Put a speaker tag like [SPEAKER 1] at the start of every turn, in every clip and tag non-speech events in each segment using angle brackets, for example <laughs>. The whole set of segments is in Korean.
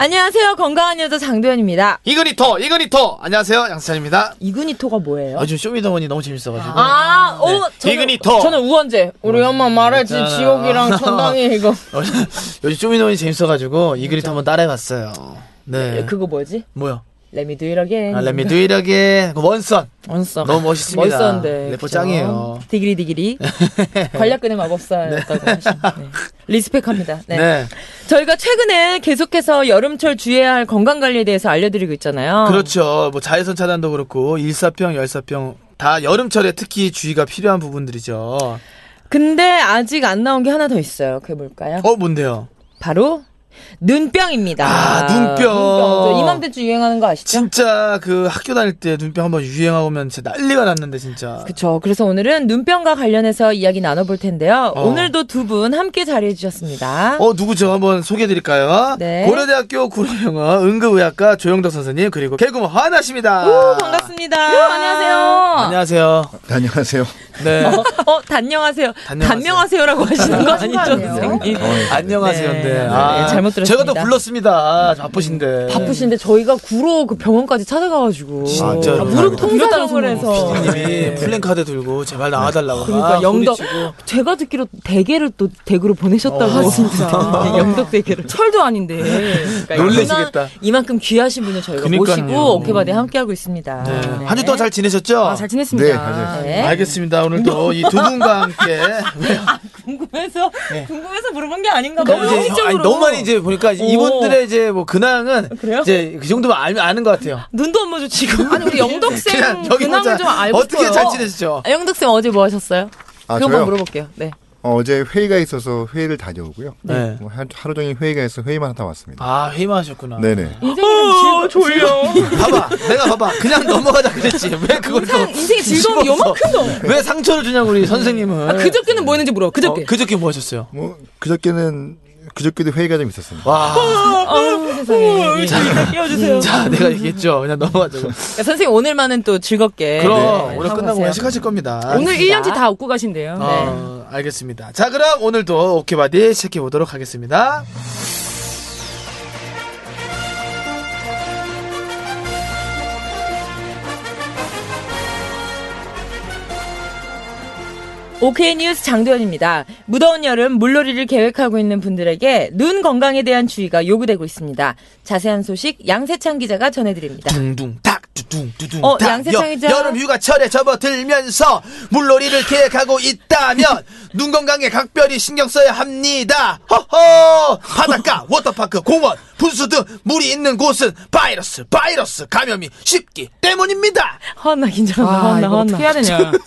[SPEAKER 1] 안녕하세요. 건강한 여자 장도연입니다.
[SPEAKER 2] 이그니터 이그니터 안녕하세요 양세찬입니다
[SPEAKER 1] 이그니토가 뭐예요?
[SPEAKER 2] 요즘 쇼미더머니 너무 재밌어가지고
[SPEAKER 1] 아, 오, 저는,
[SPEAKER 2] 네. 이그니토.
[SPEAKER 1] 저는 우원재. 우리 엄마 말했지.
[SPEAKER 2] 아.
[SPEAKER 1] 지옥이랑 천당이 이거.
[SPEAKER 2] 요즘 쇼미더머니 재밌어가지고 이그니터 한번 따라해봤어요 네
[SPEAKER 1] 예, 그거 음. 뭐지?
[SPEAKER 2] 뭐야
[SPEAKER 1] 레미 두이러게.
[SPEAKER 2] 아, 렛미 두이력의 그 원선
[SPEAKER 1] 원서.
[SPEAKER 2] 너무 멋있습니다.
[SPEAKER 1] 멋있었는데.
[SPEAKER 2] 래퍼
[SPEAKER 1] 그죠?
[SPEAKER 2] 짱이에요.
[SPEAKER 1] 디기리 디기리.
[SPEAKER 2] <laughs>
[SPEAKER 1] 관략근의 마법사였다고 하시네. 네. 리스펙합니다. 네.
[SPEAKER 2] 네.
[SPEAKER 1] 저희가 최근에 계속해서 여름철 주의해야 할 건강 관리에 대해서 알려드리고 있잖아요.
[SPEAKER 2] 그렇죠 뭐 자외선 차단도 그렇고 일사평 열사평 다 여름철에 특히 주의가 필요한 부분들이죠 어,
[SPEAKER 1] 근데 아직 안 나온 게 하나 더 있어요. 그게 뭘까요?
[SPEAKER 2] 어 뭔데요
[SPEAKER 1] 바로 눈병입니다.
[SPEAKER 2] 아, 눈병.
[SPEAKER 1] 저 이맘때쯤 유행하는 거 아시죠?
[SPEAKER 2] 진짜 그 학교 다닐 때 눈병 한번 유행하고 오면 진짜 난리가 났는데 진짜.
[SPEAKER 1] 그쵸. 그래서 오늘은 눈병과 관련해서 이야기 나눠볼 텐데요.
[SPEAKER 2] 어.
[SPEAKER 1] 오늘도 두 분 함께 자리해 주셨습니다.
[SPEAKER 2] 어 누구죠? 한번 소개해드릴까요?
[SPEAKER 1] 네.
[SPEAKER 2] 고려대학교 구로영어 응급의학과 조영덕 선생님 그리고 개그맨 하나 씨입니다.
[SPEAKER 1] 오, 반갑습니다. 안녕하세요.
[SPEAKER 2] 안녕하세요.
[SPEAKER 3] 안녕하세요.
[SPEAKER 1] <laughs>
[SPEAKER 2] 네.
[SPEAKER 1] 어, 단녕하세요.
[SPEAKER 2] 단녕하세요.
[SPEAKER 1] 단명하세요라고 하시는 거 아니죠, 네. 선생님?
[SPEAKER 2] 안녕하세요. 네.
[SPEAKER 1] 네, 네, 잘못 들었습니다.
[SPEAKER 2] 제가 또 불렀습니다. 아, 바쁘신데.
[SPEAKER 1] 바쁘신데 저희가 구로 그 병원까지 찾아가가지고
[SPEAKER 2] 진짜로.
[SPEAKER 1] 아, 무릎
[SPEAKER 2] 감사합니다.
[SPEAKER 1] 통증을 해서
[SPEAKER 2] 님이 플랜카드 들고 제발 나와달라고.
[SPEAKER 1] 그러니까
[SPEAKER 2] 막
[SPEAKER 1] 영덕
[SPEAKER 2] 소리치고.
[SPEAKER 1] 제가 듣기로 대게를 또 대구로 보내셨다고 진짜 영덕 대게를 철도 아닌데
[SPEAKER 2] 놀라시겠다.
[SPEAKER 1] 이만, 큼 귀하신 분을 저희가
[SPEAKER 2] 그러니까요.
[SPEAKER 1] 모시고 오케바디 함께 하고 있습니다.
[SPEAKER 2] 네. 한 주 동안 잘 지내셨죠?
[SPEAKER 1] 아, 지냈습니다.
[SPEAKER 3] 네, 잘 지냈습니다.
[SPEAKER 1] 네.
[SPEAKER 2] 알겠습니다. 오늘도 이 두 분과 함께
[SPEAKER 1] 궁금해서 궁금해서 물어본 게 아닌가 봐요.
[SPEAKER 2] 그러니까 이제 아니, 너무 많이 이제 보니까 이제
[SPEAKER 1] 오. 아,
[SPEAKER 2] 이분들의 이제 뭐 근황은
[SPEAKER 1] 그래요?
[SPEAKER 2] 이제 그 정도면 알, 아는 것 같아요.
[SPEAKER 1] 눈도 안 마주 지금. 아니 우리
[SPEAKER 2] 그냥 여기 혼자 어떻게 잘 지내시죠?
[SPEAKER 1] 영덕쌤 어제 뭐 하셨어요?
[SPEAKER 3] 아,
[SPEAKER 1] 그거
[SPEAKER 3] 저요?
[SPEAKER 1] 한번 물어볼게요. 네.
[SPEAKER 3] 어, 제 회의가 있어서 회의를 다녀오고요.
[SPEAKER 2] 네.
[SPEAKER 3] 뭐 하- 하루 종일 회의가 있어 회의만 하다 왔습니다.
[SPEAKER 2] 아 회의하셨구나.
[SPEAKER 3] 네네.
[SPEAKER 1] 인생이 졸려.
[SPEAKER 2] 봐봐, 내가 봐봐, 그냥 넘어가자
[SPEAKER 1] <laughs>
[SPEAKER 2] 그랬지. 왜 그걸 또
[SPEAKER 1] 인생의 즐거움이
[SPEAKER 2] 집어서.
[SPEAKER 1] 요만큼도
[SPEAKER 2] 왜 상처를 주냐고 우리 선생님은.
[SPEAKER 1] 그저께는 뭐 했는지 물어.
[SPEAKER 2] 어,
[SPEAKER 1] 그저께.
[SPEAKER 2] 그저께 뭐 하셨어요?
[SPEAKER 3] 뭐 그저께는 그저께도 회의가 좀 있었습니다.
[SPEAKER 2] 와,
[SPEAKER 1] 아우, 세상에. 자, 끼워주세요.
[SPEAKER 2] 자 내가 얘기했죠. 그냥 넘어가자고.
[SPEAKER 1] 그러니까 선생님, 오늘만은 또 즐겁게.
[SPEAKER 2] 그럼 오늘
[SPEAKER 1] 네. 하고
[SPEAKER 2] 끝나고
[SPEAKER 1] 가세요.
[SPEAKER 2] 회식하실 겁니다.
[SPEAKER 4] 오늘
[SPEAKER 1] 알겠습니다. 네.
[SPEAKER 4] 1년치 다 웃고 가신대요.
[SPEAKER 2] 어, 알겠습니다. 자, 그럼 오늘도 오케바디 시작해 보도록 하겠습니다.
[SPEAKER 1] 오케이 뉴스 장도연입니다. 무더운 여름 물놀이를 계획하고 있는 분들에게 눈 건강에 대한 주의가 요구되고 있니다 자세한 소식 양세찬 기자가 전해드립니다.
[SPEAKER 2] 둥둥 탁 두둥 두둥
[SPEAKER 1] 어,
[SPEAKER 2] 탁.
[SPEAKER 1] 양세찬 기자.
[SPEAKER 2] 여름 휴가철에 접어들면서 물놀이를 계획하고
[SPEAKER 1] <laughs>
[SPEAKER 2] 있다면 눈 건강에 각별히 신경 써야 합니다. 허허!
[SPEAKER 1] <laughs>
[SPEAKER 2] 바닷가, 워터파크, 공원, 분수 등 물이 있는 곳은 바이러스, 바이러스 감염이 쉽기 때문입니다.
[SPEAKER 1] 허나 긴장한다.
[SPEAKER 4] 아,
[SPEAKER 1] 허나
[SPEAKER 4] 이거
[SPEAKER 1] 허나.
[SPEAKER 4] 어떻게 해야 되냐.
[SPEAKER 1] <laughs>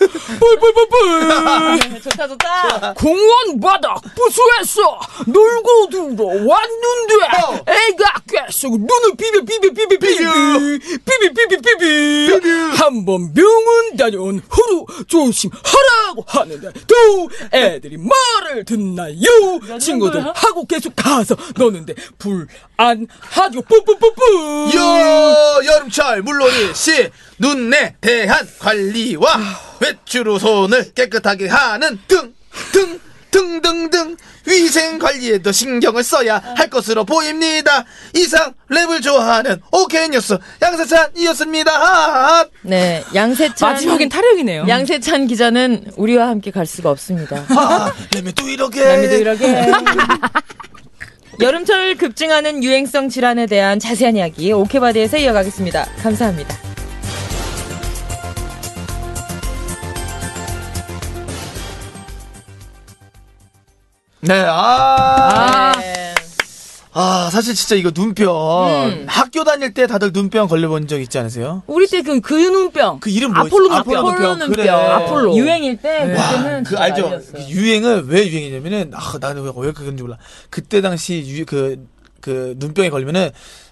[SPEAKER 4] <laughs>
[SPEAKER 1] 좋다 좋다.
[SPEAKER 4] 공원 바닥 부수했어. 놀고 들어왔는데 애가 계속 눈을 비비 비비 비비 비비 비비 비비 비비 한 번 병원 다녀온 후로 조심하라고 하는데 또 애들이 말을 듣나요? 친구들하고 계속 가서 노는데 불안하죠. 뿌뿌뿌뿌.
[SPEAKER 2] 여, 여름철 물놀이 시 눈에 대한 관리와 외출후 손을 깨끗하게 하는 등, 등, 등등등 위생 관리에도 신경을 써야 할 것으로 보입니다. 이상 랩을 좋아하는 오케이 뉴스 양세찬이었습니다. 아,
[SPEAKER 1] 네, 양세찬.
[SPEAKER 4] 마지막엔 타령이네요.
[SPEAKER 1] 양세찬 기자는 우리와 함께 갈 수가 없습니다.
[SPEAKER 2] 아, 랩이 또 이렇게.
[SPEAKER 1] 남이도 이렇게. 여름철 급증하는 유행성 질환에 대한 자세한 이야기 오케바디에서 이어가겠습니다. 감사합니다.
[SPEAKER 2] 네, 아.
[SPEAKER 1] 아.
[SPEAKER 4] 아.
[SPEAKER 1] 네.
[SPEAKER 2] 아, 사실 진짜 이거 눈병. 학교 다닐 때 다들 눈병 걸려본 적 있지 않으세요?
[SPEAKER 4] 우리 때 그 근운병.
[SPEAKER 2] 그 이름 뭐였지?
[SPEAKER 4] 아폴로 눈병.
[SPEAKER 2] 아폴로 눈병.
[SPEAKER 1] 아폴로는
[SPEAKER 2] 그래.
[SPEAKER 1] 뼈.
[SPEAKER 4] 아폴로.
[SPEAKER 1] 유행일 때 그때는
[SPEAKER 2] 그
[SPEAKER 1] 진짜
[SPEAKER 2] 알죠?
[SPEAKER 1] 난리였어요.
[SPEAKER 2] 그 유행은 왜 유행이냐면은 아 나는 왜, 왜 그건지 몰라. 그때 당시 유그그 눈병에 걸리면은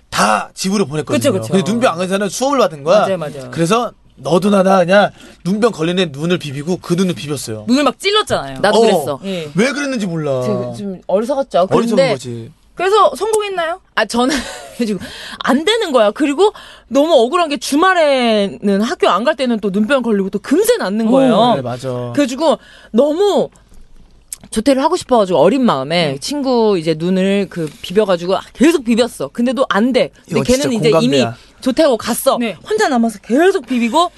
[SPEAKER 2] 다 집으로 보냈거든요.
[SPEAKER 1] 그쵸, 그쵸.
[SPEAKER 2] 근데 눈병 안 걸린 사람은 수업을 받은 거야.
[SPEAKER 1] 맞아요, 맞아요.
[SPEAKER 2] 그래서 너도 나나 그냥 눈병 걸린 애 눈을 비비고 그 눈을 비볐어요.
[SPEAKER 4] 눈을 막 찔렀잖아요.
[SPEAKER 2] 어,
[SPEAKER 4] 나도 그랬어.
[SPEAKER 1] 음, 예.
[SPEAKER 2] 왜 그랬는지 몰라.
[SPEAKER 1] 제가 좀 어리석었죠.
[SPEAKER 2] 어. 어리석은
[SPEAKER 1] 근데
[SPEAKER 2] 거지.
[SPEAKER 4] 그래서 성공했나요?
[SPEAKER 1] 아 저는 <laughs> 지금 안 되는 거야. 그리고 너무 억울한 게 주말에는 학교 안 갈 때는 또 눈병 걸리고 또 금세 낫는 거예요.
[SPEAKER 2] 어, 그래, 맞아.
[SPEAKER 1] 그래가지고 너무 조퇴를 하고 싶어가지고 어린 마음에 친구 이제 눈을 그 비벼가지고 계속 비볐어. 근데도 안 돼. 근데
[SPEAKER 2] 이거 진짜
[SPEAKER 1] 걔는 이제
[SPEAKER 2] 공감돼야.
[SPEAKER 1] 이미 조퇴하고 갔어.
[SPEAKER 4] 네.
[SPEAKER 1] 혼자 남아서 계속 비비고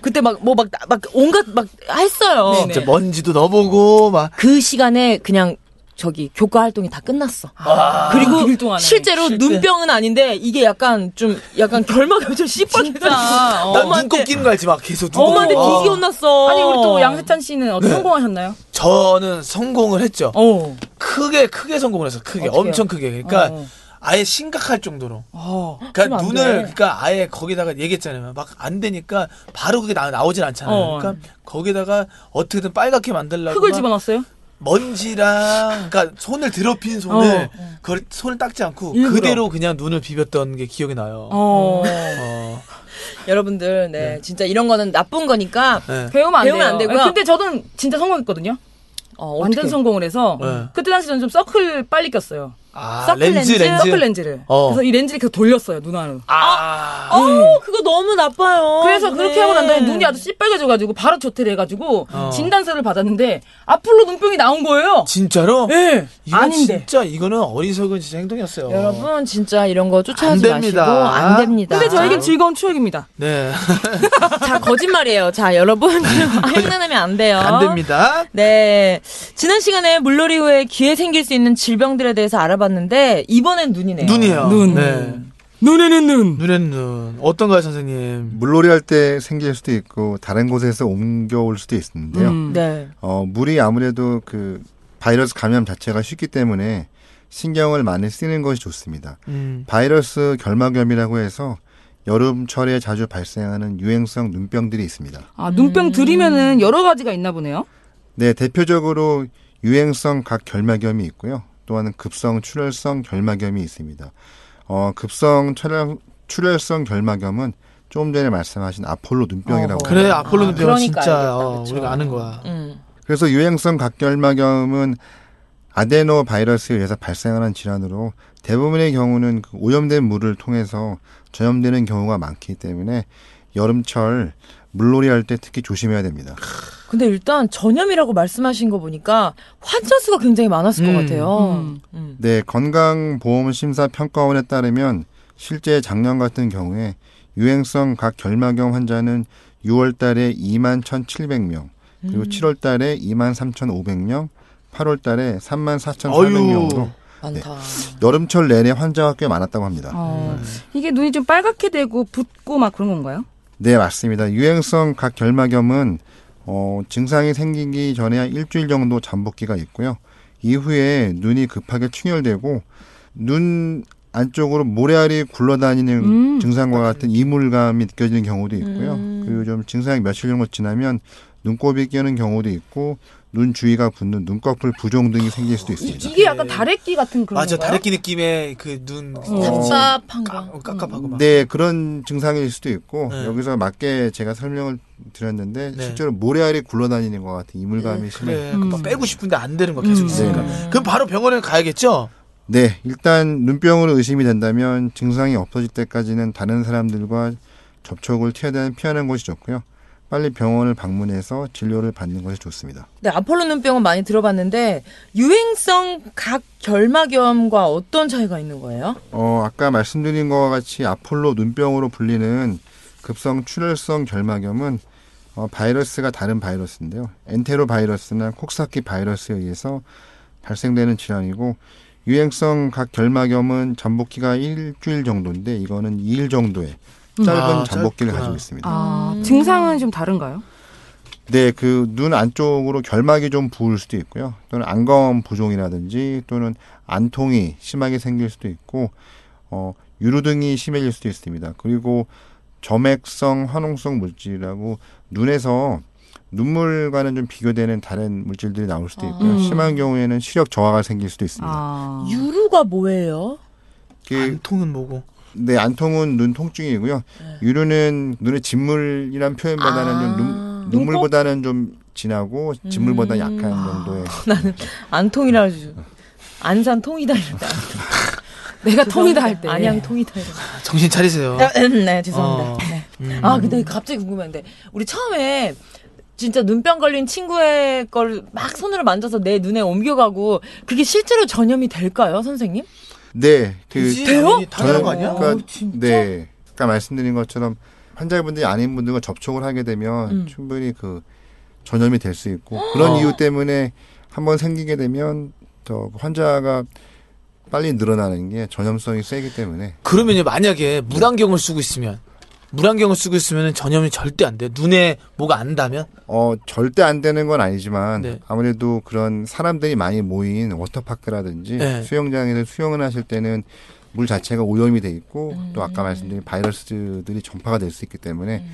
[SPEAKER 1] 그때 막 뭐 막 막 온갖 막 했어요.
[SPEAKER 4] 네, 네.
[SPEAKER 2] 진짜 먼지도 넣어보고 막
[SPEAKER 1] 그 시간에 그냥 저기 교과 활동이 다 끝났어. 그리고
[SPEAKER 4] 그 동안에.
[SPEAKER 1] 실제로 눈병은 아닌데 이게 약간 좀 약간 결막이 좀 씨뻘게
[SPEAKER 4] 진짜. 어.
[SPEAKER 2] 나 눈 꺾이는 거 알지 막 계속 눈
[SPEAKER 1] <laughs> 엄마한테
[SPEAKER 2] 꺾이고.
[SPEAKER 1] 비기
[SPEAKER 2] 아,
[SPEAKER 1] 혼났어.
[SPEAKER 4] 아니 우리 또 양세찬 씨는 어떻게
[SPEAKER 2] 네.
[SPEAKER 4] 성공하셨나요?
[SPEAKER 2] 저는 성공을 했죠.
[SPEAKER 4] 어.
[SPEAKER 2] 크게 크게 성공을 했어. 크게
[SPEAKER 1] 어떡해요?
[SPEAKER 2] 엄청 크게. 그러니까
[SPEAKER 4] 어.
[SPEAKER 2] 아예 심각할 정도로.
[SPEAKER 4] 어.
[SPEAKER 1] 그러면
[SPEAKER 2] 그러니까
[SPEAKER 1] 안
[SPEAKER 2] 눈을
[SPEAKER 1] 돼.
[SPEAKER 2] 그러니까 아예 거기다가 얘기했잖아요. 막 안 되니까 바로 그게 나, 나오진 않잖아요.
[SPEAKER 4] 어.
[SPEAKER 2] 그러니까 거기다가 어떻게든 빨갛게 만들려고
[SPEAKER 4] 흙을
[SPEAKER 2] 막
[SPEAKER 4] 집어넣었어요?
[SPEAKER 2] 먼지랑 그러니까 손을 더럽힌 손을 그걸 손을 닦지 않고
[SPEAKER 4] 어. 일부러.
[SPEAKER 2] 그대로 그냥 눈을 비볐던 게 기억이 나요.
[SPEAKER 4] 어.
[SPEAKER 2] 어.
[SPEAKER 1] 여러분들 네, 진짜 이런 거는 나쁜 거니까
[SPEAKER 2] 네.
[SPEAKER 4] 배우면 안
[SPEAKER 1] 배우면
[SPEAKER 4] 돼요.
[SPEAKER 1] 안 되고요.
[SPEAKER 4] 아니, 근데 저는 진짜 성공했거든요.
[SPEAKER 1] 어,
[SPEAKER 4] 완전
[SPEAKER 1] 어떡해.
[SPEAKER 4] 성공을 해서
[SPEAKER 2] 네.
[SPEAKER 4] 그때 당시 저는 좀 서클 빨리 꼈어요.
[SPEAKER 2] 아,
[SPEAKER 1] 서클
[SPEAKER 2] 렌즈
[SPEAKER 1] 렌즈,
[SPEAKER 2] 렌즈.
[SPEAKER 4] 서클 렌즈를.
[SPEAKER 2] 어.
[SPEAKER 4] 그래서 이 렌즈를 계속 돌렸어요 눈 안으로.
[SPEAKER 1] 음.
[SPEAKER 2] 아.
[SPEAKER 1] 어우, 그거 너무 나빠요.
[SPEAKER 4] 그래서
[SPEAKER 1] 네.
[SPEAKER 4] 그렇게 하고 난 다음에 눈이 아주 씨빨개져가지고 바로 조퇴를 해가지고
[SPEAKER 2] 어.
[SPEAKER 4] 진단서를 받았는데 앞으로 눈병이 나온 거예요.
[SPEAKER 2] 진짜로?
[SPEAKER 4] 예,
[SPEAKER 2] 이거
[SPEAKER 4] 아닌데.
[SPEAKER 2] 진짜 이거는 어리석은 진짜 행동이었어요.
[SPEAKER 1] 여러분 진짜 이런 거
[SPEAKER 2] 안
[SPEAKER 1] 쫓아하지
[SPEAKER 2] 됩니다.
[SPEAKER 1] 마시고 안 됩니다.
[SPEAKER 4] 근데 저에겐 즐거운 추억입니다.
[SPEAKER 2] 네. <laughs>
[SPEAKER 1] 자 거짓말이에요. 자 여러분 장난하면 안 돼요.
[SPEAKER 4] 어?
[SPEAKER 2] 안 됩니다.
[SPEAKER 1] 네. 지난 시간에 물놀이 후에 귀에 생길 수 있는 질병들에 대해서 알아봤는데, 이번엔 눈이네요.
[SPEAKER 2] 눈이에요.
[SPEAKER 4] 눈.
[SPEAKER 2] 네.
[SPEAKER 4] 눈에는 눈.
[SPEAKER 2] 눈에는 눈. 어떤가요, 선생님?
[SPEAKER 3] 물놀이 할 때 생길 수도 있고 다른 곳에서 옮겨올 수도 있는데요.
[SPEAKER 1] 네.
[SPEAKER 3] 어, 물이 아무래도 그 바이러스 감염 자체가 쉽기 때문에 신경을 많이 쓰는 것이 좋습니다.
[SPEAKER 2] 음.
[SPEAKER 3] 바이러스 결막염이라고 해서 여름철에 자주 발생하는 유행성 눈병들이 있습니다.
[SPEAKER 4] 아 눈병 들이면은 여러 가지가 있나 보네요.
[SPEAKER 3] 네, 대표적으로 유행성 각 결막염이 있고요. 또한 급성 출혈성 결막염이 있습니다. 어, 급성 출혈, 출혈성 결막염은 조금 전에 말씀하신 아폴로 눈병이라고 합니다.
[SPEAKER 2] 어, 그래 아폴로는 배워
[SPEAKER 1] 그러니까
[SPEAKER 2] 진짜
[SPEAKER 1] 알겠다,
[SPEAKER 2] 어,
[SPEAKER 1] 그쵸.
[SPEAKER 2] 우리가 아는 거야.
[SPEAKER 1] 음.
[SPEAKER 3] 그래서 유행성 각결막염은 아데노 바이러스에 의해서 발생하는 질환으로 대부분의 경우는 그 오염된 물을 통해서 전염되는 경우가 많기 때문에 여름철 물놀이 할 때 특히 조심해야 됩니다.
[SPEAKER 1] 근데 일단 전염이라고 말씀하신 거 보니까 환자 수가 굉장히 많았을
[SPEAKER 2] 음.
[SPEAKER 1] 것 같아요.
[SPEAKER 4] 음.
[SPEAKER 1] 음.
[SPEAKER 3] 네, 건강보험심사평가원에 따르면 실제 작년 같은 경우에 유행성 각결막염 환자는 6월 달에 2만 1,700명, 그리고 7월 달에 2만 3,500명, 8월 달에 3만 4,400명으로
[SPEAKER 1] 많다.
[SPEAKER 2] 네.
[SPEAKER 3] 여름철 내내 환자가 꽤 많았다고 합니다.
[SPEAKER 4] 어, 이게 눈이 좀 빨갛게 되고 붓고 막 그런 건가요?
[SPEAKER 3] 네, 맞습니다. 유행성 각결막염은 어, 증상이 생기기 전에 한 일주일 정도 잠복기가 있고요. 이후에 눈이 급하게 충혈되고 눈 안쪽으로 모래알이 굴러다니는 증상과 같은 이물감이 느껴지는 경우도 있고요. 그리고 좀 증상이 며칠 정도 지나면 눈곱이 끼는 경우도 있고 눈 주위가 붓는 눈꺼풀 부종 등이 생길 수도
[SPEAKER 4] 이,
[SPEAKER 3] 있습니다.
[SPEAKER 4] 게 약간 다래끼 같은 그런
[SPEAKER 2] 맞아
[SPEAKER 4] 건가요?
[SPEAKER 2] 다래끼 느낌의 그눈
[SPEAKER 1] 답답한 어. 거.
[SPEAKER 2] 깝깝하고 막.
[SPEAKER 3] 네, 그런 증상일 수도 있고
[SPEAKER 2] 네.
[SPEAKER 3] 여기서 맞게 제가 설명을 드렸는데
[SPEAKER 2] 네.
[SPEAKER 3] 실제로 모래알이 굴러다니는 것 같은 이물감이 심해.
[SPEAKER 2] 그래 그거
[SPEAKER 1] 음.
[SPEAKER 2] 막 빼고 싶은데 안 되는 거 계속 있으니까.
[SPEAKER 3] 네.
[SPEAKER 2] 그럼 바로 병원에 가야겠죠.
[SPEAKER 3] 네, 일단 눈병으로 의심이 된다면 증상이 없어질 때까지는 다른 사람들과 접촉을 최대한 피하는 것이 좋고요. 빨리 병원을 방문해서 진료를 받는 것이 좋습니다.
[SPEAKER 1] 네, 아폴로 눈병은 많이 들어봤는데, 유행성 각 결막염과 어떤 차이가 있는 거예요?
[SPEAKER 3] 어, 아까 말씀드린 것과 같이 아폴로 눈병으로 불리는 급성 출혈성 결막염은 어, 바이러스가 다른 바이러스인데요. 엔테로 바이러스나 콕사키 바이러스에 의해서 발생되는 질환이고 유행성 각 결막염은 잠복기가 일주일 정도인데 이거는 2일 정도의 짧은
[SPEAKER 2] 아, 짧구나.
[SPEAKER 3] 잠복기를
[SPEAKER 4] 음.
[SPEAKER 3] 가지고 있습니다.
[SPEAKER 4] 아, 증상은 좀 다른가요?
[SPEAKER 3] 네, 그 눈 안쪽으로 결막이 좀 부을 수도 있고요. 또는 안검 부종이라든지 또는 안통이 심하게 생길 수도 있고 어 유루등이 심해질 수도 있습니다. 그리고 점액성 화농성 물질이라고 눈에서 눈물과는 좀 비교되는 다른 물질들이 나올 수도 있고요.
[SPEAKER 4] 음.
[SPEAKER 3] 심한 경우에는 시력 저하가 생길 수도 있습니다.
[SPEAKER 4] 아.
[SPEAKER 1] 유루가 뭐예요?
[SPEAKER 3] 이게
[SPEAKER 2] 안통은 뭐고?
[SPEAKER 3] 네, 안통은 눈 통증이고요. 유류는 눈의 진물이란 표현보다는
[SPEAKER 1] 아,
[SPEAKER 3] 좀 눈, 눈물보다는 좀 진하고 진물보다 약한 정도의
[SPEAKER 1] 안통이라 그러죠. 안산통이다 <laughs> 이러다.
[SPEAKER 4] 내가 통이다 할 때.
[SPEAKER 1] 안양통이다 이러다.
[SPEAKER 2] 정신 차리세요.
[SPEAKER 1] 아, 음, 네, 죄송합니다.
[SPEAKER 2] 어.
[SPEAKER 1] 네.
[SPEAKER 2] 음.
[SPEAKER 1] 아, 근데 갑자기 궁금한데 우리 처음에 진짜 눈병 걸린 친구의 걸 막 손으로 만져서 내 눈에 옮겨가고 그게 실제로 전염이 될까요, 선생님?
[SPEAKER 3] 네, 그
[SPEAKER 2] 굳이
[SPEAKER 1] 돼요?
[SPEAKER 2] 당연히 당연한 거 아니야? 어,
[SPEAKER 3] 그러니까 네, 아까 말씀드린 것처럼 환자분들이 아닌 분들과 접촉을 하게 되면
[SPEAKER 1] 음.
[SPEAKER 3] 충분히 그 전염이 될 수 있고 그런
[SPEAKER 2] 어.
[SPEAKER 3] 이유 때문에 한번 생기게 되면 더 환자가 빨리 늘어나는 게 전염성이 세기 때문에
[SPEAKER 2] 그러면요 만약에 물안경을 쓰고 있으면 물안경을 쓰고 있으면 전염이 절대 안 돼. 눈에 뭐가 안다면
[SPEAKER 3] 어 절대 안 되는 건 아니지만
[SPEAKER 2] 네.
[SPEAKER 3] 아무래도 그런 사람들이 많이 모인 워터파크라든지
[SPEAKER 2] 네.
[SPEAKER 3] 수영장에서 수영을 하실 때는 물 자체가 오염이 돼 있고 또 아까 말씀드린 바이러스들이 전파가 될 수 있기 때문에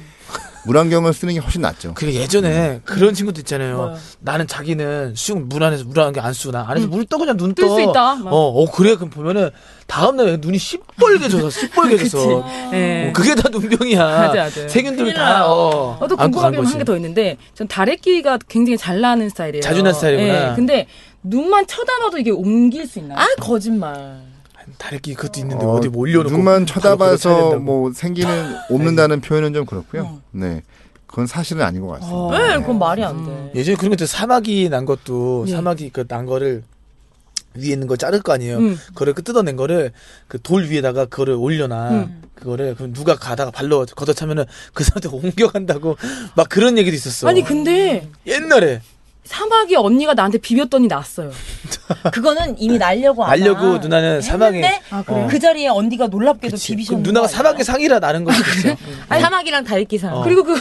[SPEAKER 3] 물안경을 쓰는 게 훨씬 낫죠.
[SPEAKER 2] 그래 예전에
[SPEAKER 4] 음.
[SPEAKER 2] 그런 친구도 있잖아요.
[SPEAKER 1] 뭐요?
[SPEAKER 2] 나는 자기는 수영 물 안에서 물 안경 안 쓰고 나 안에서 물 떠 그냥 눈 떠.
[SPEAKER 4] 음. 뜰수 있다. 막.
[SPEAKER 2] 어, 어 그래 그럼 보면은 다음 날 눈이 시뻘개져서
[SPEAKER 4] <laughs>
[SPEAKER 2] 시뻘개져서
[SPEAKER 4] 예.
[SPEAKER 2] 어, 그게 다 눈병이야.
[SPEAKER 4] <laughs> 맞아, 맞아.
[SPEAKER 2] 세균들이
[SPEAKER 1] 큰일 나요.
[SPEAKER 2] 다. 어,
[SPEAKER 4] 저도
[SPEAKER 2] 안고 간
[SPEAKER 4] 궁금한 게
[SPEAKER 2] 거지.
[SPEAKER 4] 한 개 더 있는데 전 다래끼가 굉장히 잘 나는 스타일이에요.
[SPEAKER 2] 자주 나는 스타일이구나.
[SPEAKER 4] 예, 근데 눈만 쳐다봐도 이게 옮길 수 있나요?
[SPEAKER 1] 아, 거짓말.
[SPEAKER 2] 다래끼 그것도 있는데 어, 디뭐 올려놓고 바로 그거
[SPEAKER 3] 눈만
[SPEAKER 2] 쳐야
[SPEAKER 3] 쳐다봐서
[SPEAKER 2] 된다고.
[SPEAKER 3] 뭐 생기는 옵는다는 표현은 좀 그렇고요. 네, 그건 사실은 아닌 것 같습니다.
[SPEAKER 2] 어.
[SPEAKER 1] 왜 네, 그건 말이 안 돼.
[SPEAKER 2] 예전에 그런 것도 사마귀 난 것도 사마귀 그 난 거를 위에 있는 걸 자를 거 아니에요.
[SPEAKER 4] 음.
[SPEAKER 2] 그걸 그 뜯어낸 거를 그 돌 위에다가 그거를 올려놔. 그거를 그럼 누가 가다가 발로 걷어차면은 그 사람한테 <laughs> 옮겨간다고 막 그런 얘기도 있었어.
[SPEAKER 4] 아니 근데
[SPEAKER 2] 옛날에
[SPEAKER 4] 사막이 언니가 나한테 비볐더니 났어요.
[SPEAKER 1] 그거는 이미 날려고 아마
[SPEAKER 2] 날려고 누나는 사막에-
[SPEAKER 1] 했는데
[SPEAKER 4] 아, 그래요?
[SPEAKER 2] 어.
[SPEAKER 1] 그 자리에 언니가 놀랍게도
[SPEAKER 2] 그치. 그럼
[SPEAKER 1] 비비셨는
[SPEAKER 2] 누나가
[SPEAKER 1] 거 아니에요?
[SPEAKER 2] 사막에 상이라 나는 음. 거지. 그쵸?
[SPEAKER 1] 아니, 사막이랑 다리끼상
[SPEAKER 2] 어. <laughs>
[SPEAKER 4] 그리고 그,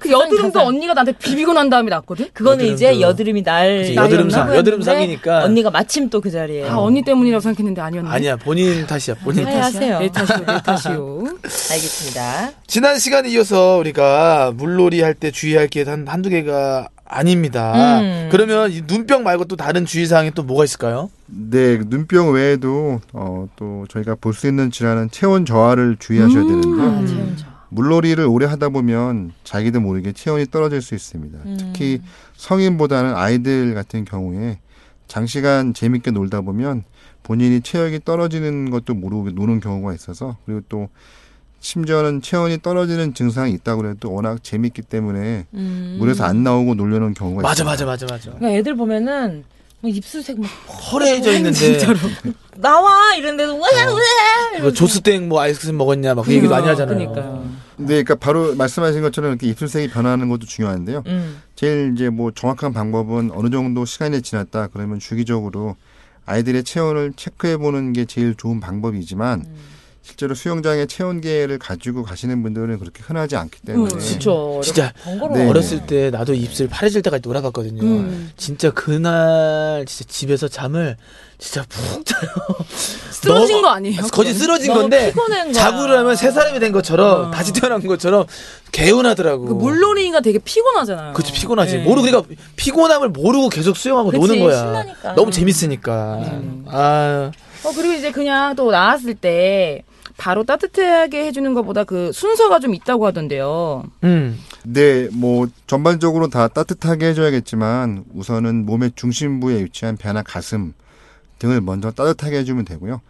[SPEAKER 4] 그 여드름도
[SPEAKER 1] 가상.
[SPEAKER 4] 언니가 나한테 비비고 난 다음에 났거든.
[SPEAKER 1] 그거는
[SPEAKER 2] 여드름도.
[SPEAKER 1] 이제 여드름이 날
[SPEAKER 2] 그치,
[SPEAKER 1] 날
[SPEAKER 2] 여드름상,
[SPEAKER 1] 연락을
[SPEAKER 2] 여드름상이니까. 아.
[SPEAKER 1] 했는데 언니가 마침 또 그 자리에
[SPEAKER 4] 다 언니 때문이라고 생각했는데 아니었나?
[SPEAKER 2] 어. 아니야 본인 탓이야 본인 탓.
[SPEAKER 1] 하세요
[SPEAKER 4] 내
[SPEAKER 1] <laughs>
[SPEAKER 4] 탓이요, 내 탓이요.
[SPEAKER 1] 알겠습니다
[SPEAKER 2] 지난 시간에 이어서 우리가 물놀이 할 때 주의할 게 한, 한두 개가 아닙니다.
[SPEAKER 1] 음.
[SPEAKER 2] 그러면 이 눈병 말고 또 다른 주의사항이 또 뭐가 있을까요?
[SPEAKER 3] 네, 눈병 외에도 어, 또 저희가 볼 수 있는 질환은 체온 저하를 주의하셔야 되는데요. 물놀이를 오래 하다 보면 자기도 모르게 체온이 떨어질 수 있습니다. 특히 성인보다는 아이들 같은 경우에 장시간 재밌게 놀다 보면 본인이 체력이 떨어지는 것도 모르고 노는 경우가 있어서 그리고 또 심지어는 체온이 떨어지는 증상이 있다고 해도 워낙 재밌기 때문에 물에서 안 나오고 놀려는 경우가
[SPEAKER 2] 맞아
[SPEAKER 3] 있습니다.
[SPEAKER 2] 맞아 맞아 맞아.
[SPEAKER 1] 그러니까 애들 보면은 막 입술색 막
[SPEAKER 2] 허래해져 있는데
[SPEAKER 1] 나와 이런데도 왜왜
[SPEAKER 2] 그 조스땡 뭐 아이스크림 먹었냐 막 그 얘기도 많이 하잖아요.
[SPEAKER 4] 그러니까요.
[SPEAKER 3] 네, 그러니까 바로 말씀하신 것처럼 이렇게 입술색이 변하는 것도 중요한데요.
[SPEAKER 1] 음.
[SPEAKER 3] 제일 이제 뭐 정확한 방법은 어느 정도 시간이 지났다 그러면 주기적으로 아이들의 체온을 체크해 보는 게 제일 좋은 방법이지만
[SPEAKER 1] 음.
[SPEAKER 3] 실제로 수영장에 체온계를 가지고 가시는 분들은 그렇게 흔하지 않기 때문에
[SPEAKER 4] 음,
[SPEAKER 1] 진짜 어렵-
[SPEAKER 2] 진짜
[SPEAKER 1] 번거로워
[SPEAKER 3] 네.
[SPEAKER 2] 어렸을 때 나도 입술 파래질 때까지 놀아봤거든요.
[SPEAKER 4] 음.
[SPEAKER 2] 진짜 그날 진짜 집에서 잠을 진짜 푹 자요.
[SPEAKER 4] 쓰러진
[SPEAKER 2] 너무-
[SPEAKER 4] 거 아니에요?
[SPEAKER 2] 거의 쓰러진
[SPEAKER 1] 너무
[SPEAKER 2] 건데
[SPEAKER 1] 피곤한 거야.
[SPEAKER 2] 자고 일어나면 새 사람이 된 것처럼
[SPEAKER 4] 어.
[SPEAKER 2] 다시 태어난 것처럼 개운하더라고.
[SPEAKER 4] 그 물놀이가 되게 피곤하잖아요.
[SPEAKER 2] 그치 피곤하지
[SPEAKER 4] 예.
[SPEAKER 2] 모르 그러니까 피곤함을 모르고 계속 수영하고
[SPEAKER 1] 그치,
[SPEAKER 2] 노는 거야
[SPEAKER 1] 신나니까.
[SPEAKER 2] 너무 재밌으니까 아
[SPEAKER 4] 어, 그리고 이제 그냥 또 나왔을 때 바로 따뜻하게 해주는 것보다 그 순서가 좀 있다고 하던데요.
[SPEAKER 2] 음.
[SPEAKER 3] 네, 뭐 전반적으로 다 따뜻하게 해줘야겠지만 우선은 몸의 중심부에 위치한 배나 가슴 등을 먼저 따뜻하게 해주면 되고요.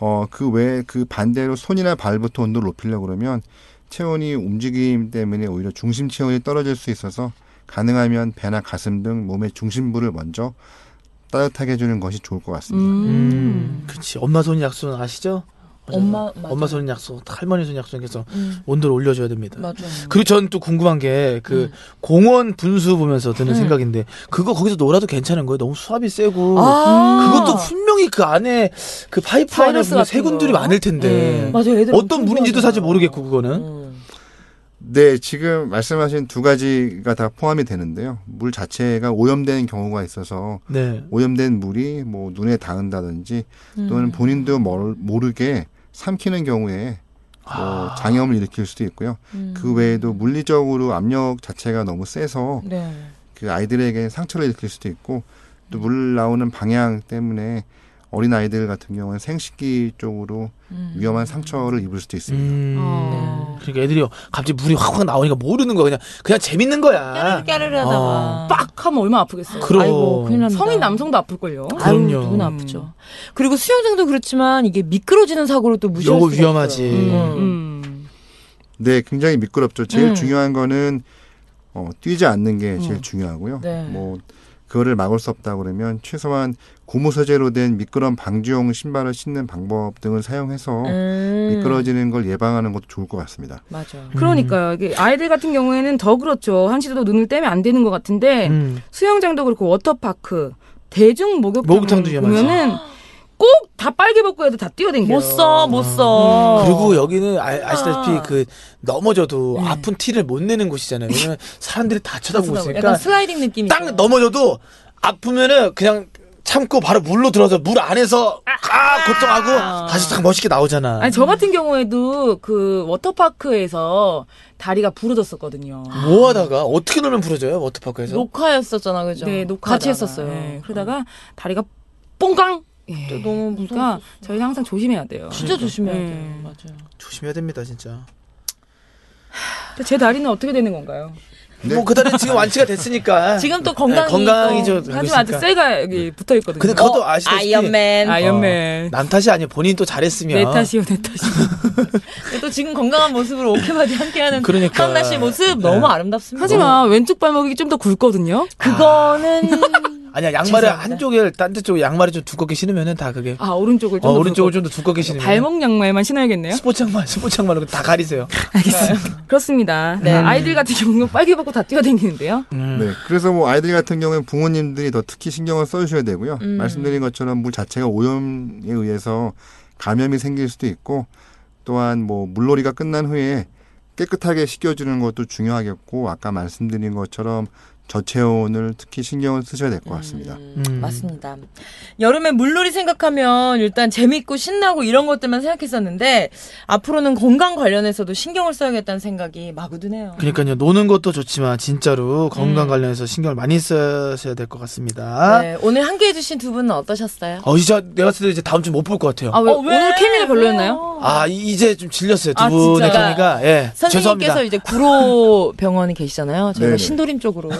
[SPEAKER 3] 어, 그 외에 그 반대로 손이나 발부터 온도를 높이려고 그러면 체온이 움직임 때문에 오히려 중심 체온이 떨어질 수 있어서 가능하면 배나 가슴 등 몸의 중심부를 먼저 따뜻하게 해주는 것이 좋을 것 같습니다.
[SPEAKER 2] 음. 그치 엄마 손 약손 아시죠?
[SPEAKER 1] 엄마, 맞아.
[SPEAKER 2] 엄마 손 약손 할머니 손 약손에서
[SPEAKER 1] 음.
[SPEAKER 2] 온도를 올려줘야 됩니다.
[SPEAKER 1] 맞아
[SPEAKER 2] 그리고 전 또 궁금한 게
[SPEAKER 1] 음.
[SPEAKER 2] 그 공원 분수 보면서 드는
[SPEAKER 1] 네.
[SPEAKER 2] 생각인데 그거 거기서 놀아도 괜찮은 거예요? 너무 수압이 세고
[SPEAKER 1] 아.
[SPEAKER 2] 그것도 분명히 그 안에 그 파이프 안에
[SPEAKER 4] 바이러스
[SPEAKER 2] 보면
[SPEAKER 4] 같은
[SPEAKER 2] 세균들이
[SPEAKER 4] 거.
[SPEAKER 2] 많을 텐데
[SPEAKER 4] 음.
[SPEAKER 1] 맞아 네. 애들
[SPEAKER 2] 어떤 물인지도 사실 모르겠고 그거는
[SPEAKER 1] 음.
[SPEAKER 3] 네, 지금 말씀하신 두 가지가 다 포함이 되는데요. 물 자체가 오염되는 경우가 있어서
[SPEAKER 2] 네.
[SPEAKER 3] 오염된 물이 뭐 눈에 닿는다든지 또는 본인도 멀- 모르게 삼키는 경우에 뭐 장염을 일으킬 수도 있고요. 그 외에도 물리적으로 압력 자체가 너무 세서
[SPEAKER 1] 네.
[SPEAKER 3] 그 아이들에게 상처를 일으킬 수도 있고 또 물 나오는 방향 때문에 어린 아이들 같은 경우는 생식기 쪽으로 위험한 상처를 입을 수도 있습니다.
[SPEAKER 2] 음.
[SPEAKER 4] 어.
[SPEAKER 2] 그러니까 애들이 갑자기 물이 확확 나오니까 모르는 거야. 그냥 그냥 재밌는 거야.
[SPEAKER 1] 깨르르 깨르르
[SPEAKER 2] 아,
[SPEAKER 1] 하다가.
[SPEAKER 4] 빡 하면 얼마나 아프겠어요.
[SPEAKER 2] 그럼.
[SPEAKER 1] 아이고, 큰일 납니다.
[SPEAKER 4] 성인 남성도 아플걸요.
[SPEAKER 1] 아유,
[SPEAKER 2] 그럼요. 음.
[SPEAKER 1] 누구나 아프죠. 그리고 수영장도 그렇지만 이게 미끄러지는 사고로 또 무시할
[SPEAKER 2] 요거
[SPEAKER 1] 수가 있어요.
[SPEAKER 2] 위험하지.
[SPEAKER 4] 음.
[SPEAKER 3] 네, 굉장히 미끄럽죠. 제일
[SPEAKER 1] 음.
[SPEAKER 3] 중요한 거는 어, 뛰지 않는 게 제일 중요하고요.
[SPEAKER 1] 네.
[SPEAKER 3] 뭐 그거를 막을 수 없다 그러면 최소한 고무 소재로 된 미끄럼 방지용 신발을 신는 방법 등을 사용해서
[SPEAKER 1] 음.
[SPEAKER 3] 미끄러지는 걸 예방하는 것도 좋을 것 같습니다.
[SPEAKER 1] 맞아.
[SPEAKER 4] 그러니까요. 이게 아이들 같은 경우에는 더 그렇죠. 한시도 눈을 떼면 안 되는 것 같은데
[SPEAKER 2] 음.
[SPEAKER 4] 수영장도 그렇고 워터파크, 대중 목욕탕
[SPEAKER 2] 목욕탕도 위험하죠.
[SPEAKER 4] 보면은 꼭 다 빨개 벗고 해도 다 뛰어댕겨요.
[SPEAKER 1] 못 써, 못 써.
[SPEAKER 2] 그리고 여기는 아, 아시다시피
[SPEAKER 1] 어. 아.
[SPEAKER 2] 그 넘어져도 아픈 티를 못 내는 곳이잖아요. 왜냐면 사람들이 다 쳐다보고 있으니까
[SPEAKER 1] 약간 슬라이딩 느낌이.
[SPEAKER 2] 딱 넘어져도 아프면은 그냥 참고 바로 물로 들어서 물 안에서 아 고통하고 다시 딱 멋있게 나오잖아.
[SPEAKER 4] 아니 저 같은 경우에도 그 워터파크에서 다리가 부러졌었거든요.
[SPEAKER 1] 아,
[SPEAKER 2] 뭐 하다가 어떻게 놀면 부러져요 워터파크에서?
[SPEAKER 1] 녹화였었잖아, 그죠?
[SPEAKER 4] 네, 녹화
[SPEAKER 1] 같이 했었어요. 음.
[SPEAKER 4] 그러다가 다리가 뽕강. 예.
[SPEAKER 1] 또 너무 무서워.
[SPEAKER 4] 그러니까 저희가 항상 조심해야 돼요.
[SPEAKER 1] 진짜 조심해야
[SPEAKER 4] 네.
[SPEAKER 1] 돼요. 맞아요.
[SPEAKER 2] 조심해야 됩니다 진짜.
[SPEAKER 4] 근데 네. 제 다리는 어떻게 되는 건가요?
[SPEAKER 2] 뭐 그다음에 지금 완치가
[SPEAKER 4] <laughs>
[SPEAKER 2] 됐으니까.
[SPEAKER 1] 지금 또 건강이.
[SPEAKER 2] 네, 건강이죠. 네.
[SPEAKER 4] 하지만 아직 쇠가 여기 붙어 있거든요.
[SPEAKER 2] 근데
[SPEAKER 1] 또-
[SPEAKER 2] 그것도
[SPEAKER 1] 어,
[SPEAKER 2] 아시다시피
[SPEAKER 1] 아이언맨.
[SPEAKER 2] 어,
[SPEAKER 4] 아이언맨.
[SPEAKER 2] 남 탓이 아니에요. 본인 또 잘했으면.
[SPEAKER 4] 내 네, 탓이요, 내
[SPEAKER 2] 어.
[SPEAKER 4] 탓이요.
[SPEAKER 1] 또 지금 건강한 모습으로 오케바디 함께하는
[SPEAKER 2] 그러니까.
[SPEAKER 1] 강나 씨 모습
[SPEAKER 2] 네.
[SPEAKER 1] 너무 아름답습니다.
[SPEAKER 4] 하지만 왼쪽 발목이 좀 더 굵거든요.
[SPEAKER 1] <laughs> 그거는
[SPEAKER 2] 아니야 양말을
[SPEAKER 1] 죄송합니다.
[SPEAKER 2] 한쪽에 딴데 쪽 양말을 좀 두껍게 신으면은 다 그게.
[SPEAKER 4] 아, 오른쪽을 좀.
[SPEAKER 2] 어,
[SPEAKER 4] 더
[SPEAKER 2] 오른쪽을
[SPEAKER 4] 굵고.
[SPEAKER 2] 좀 네. 더 두껍게 신으면.
[SPEAKER 4] 발목 양말만 신어야겠네요.
[SPEAKER 2] 스포츠 양말, 스포츠 양말로 다 가리세요.
[SPEAKER 4] 그렇습니다.
[SPEAKER 1] 네.
[SPEAKER 2] 음.
[SPEAKER 4] 아이들 같은 경우는 빨개 벗고 다 뛰어다니는데요.
[SPEAKER 1] 음.
[SPEAKER 3] 네, 그래서 뭐 아이들 같은 경우는 부모님들이 더 특히 신경을 써주셔야 되고요.
[SPEAKER 1] 음.
[SPEAKER 3] 말씀드린 것처럼 물 자체가 오염에 의해서 감염이 생길 수도 있고 또한 뭐 물놀이가 끝난 후에 깨끗하게 씻겨주는 것도 중요하겠고 아까 말씀드린 것처럼 저체온을 특히 신경을 쓰셔야 될 것 같습니다.
[SPEAKER 1] 음.
[SPEAKER 2] 음.
[SPEAKER 1] 맞습니다. 여름에 물놀이 생각하면 일단 재밌고 신나고 이런 것들만 생각했었는데 앞으로는 건강 관련해서도 신경을 써야겠다는 생각이 마구 드네요.
[SPEAKER 2] 그러니까요, 노는 것도 좋지만, 진짜로 건강 관련해서 신경을 많이 써야 될 것 같습니다.
[SPEAKER 1] 음. 네, 오늘 함께해 주신 두 분은 어떠셨어요?
[SPEAKER 2] 어, 이제 내가 봤을 때 이제 다음 주 못 볼 것 같아요.
[SPEAKER 4] 아, 왜,
[SPEAKER 1] 어,
[SPEAKER 4] 오늘 케미가 별로였나요?
[SPEAKER 1] 왜요?
[SPEAKER 2] 아, 이- 이제 좀 질렸어요. 두
[SPEAKER 1] 아,
[SPEAKER 2] 분의
[SPEAKER 1] 진짜.
[SPEAKER 2] 케미가. 예. 죄송합니다.
[SPEAKER 1] 선생님께서 이제 구로
[SPEAKER 2] <laughs>
[SPEAKER 1] 병원에 계시잖아요. 저희가
[SPEAKER 3] 네네.
[SPEAKER 1] 신도림 쪽으로.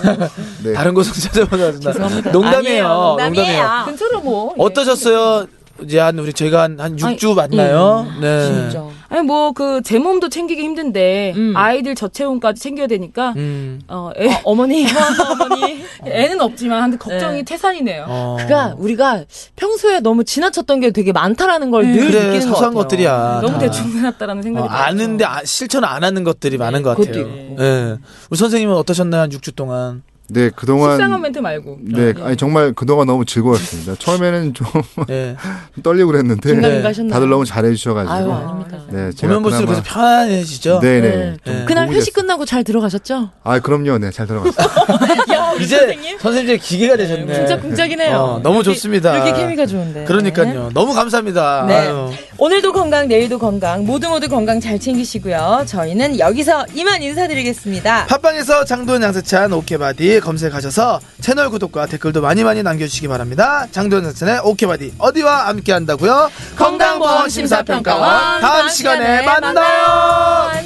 [SPEAKER 3] 네.
[SPEAKER 2] 다른 곳으로 <laughs> 찾아보자. 죄송합니다. 농담이에요.
[SPEAKER 1] 아니에요, 농담이에요.
[SPEAKER 4] 근처로 뭐. 예.
[SPEAKER 2] 어떠셨어요? 이제 한, 우리 저희가 한, 한 6주 만나요? 네.
[SPEAKER 1] 음. 진짜.
[SPEAKER 4] 아니, 뭐, 그, 제 몸도 챙기기 힘든데,
[SPEAKER 1] 음.
[SPEAKER 4] 아이들 저체온까지 챙겨야 되니까,
[SPEAKER 2] 음.
[SPEAKER 4] 어, 애, <laughs>
[SPEAKER 1] 어머니, 어머니.
[SPEAKER 4] 애는 없지만, 근데 걱정이
[SPEAKER 1] 네.
[SPEAKER 4] 태산이네요.
[SPEAKER 2] 어.
[SPEAKER 1] 그러니까 우리가 평소에 너무 지나쳤던 게 되게 많다라는 걸 늘
[SPEAKER 2] 네. 그래,
[SPEAKER 1] 느끼는 것
[SPEAKER 2] 사소한
[SPEAKER 1] 같아요.
[SPEAKER 2] 것들이야.
[SPEAKER 4] 너무
[SPEAKER 2] 다.
[SPEAKER 4] 대충 살았다라는
[SPEAKER 2] 어,
[SPEAKER 1] 네.
[SPEAKER 4] 생각이 들어요.
[SPEAKER 2] 아는데 아- 실천 안 하는 것들이 많은 것
[SPEAKER 1] 그것도
[SPEAKER 2] 같아요.
[SPEAKER 1] 있고.
[SPEAKER 2] 예. 우리 선생님은 어떠셨나요? 한 6주 동안.
[SPEAKER 3] 네, 그동안
[SPEAKER 4] 식상한 멘트 말고.
[SPEAKER 3] 네, 아니 정말 그동안 너무 즐거웠습니다. 처음에는 좀 <laughs>
[SPEAKER 2] 예.
[SPEAKER 3] 떨리고 그랬는데
[SPEAKER 2] 네.
[SPEAKER 1] 긴가민가 하셨나요?
[SPEAKER 3] 다들 너무
[SPEAKER 1] 아유,
[SPEAKER 3] 잘해주셔가지고
[SPEAKER 1] 아닙니다.
[SPEAKER 3] 네,
[SPEAKER 2] 보면 볼수록 그래서 편안해지죠.
[SPEAKER 3] 네네.
[SPEAKER 1] 네.
[SPEAKER 2] 네.
[SPEAKER 1] 그날
[SPEAKER 3] 너무
[SPEAKER 1] 회식 끝나고 잘 들어가셨죠?
[SPEAKER 3] 아 그럼요, 네 잘 들어갔어요.
[SPEAKER 2] 이제 선생님? 이제 기계가 되셨네.
[SPEAKER 1] 진짜 궁짝이네요.
[SPEAKER 2] 어, 너무 좋습니다.
[SPEAKER 1] 이렇게 케미가 좋은데.
[SPEAKER 2] 그러니까요. 너무 감사합니다.
[SPEAKER 1] 네.
[SPEAKER 2] 아유.
[SPEAKER 1] 오늘도 건강, 내일도 건강, 모두 모두 건강 잘 챙기시고요. 저희는 여기서 이만 인사드리겠습니다.
[SPEAKER 2] 팟빵에서 장도연 양세찬 오케바디 검색하셔서 채널 구독과 댓글도 많이 많이 남겨주시기 바랍니다. 장도연 양세찬의 오케바디 어디와 함께 한다고요?
[SPEAKER 1] 건강보험심사평가원
[SPEAKER 2] 다음 시간에 만나요.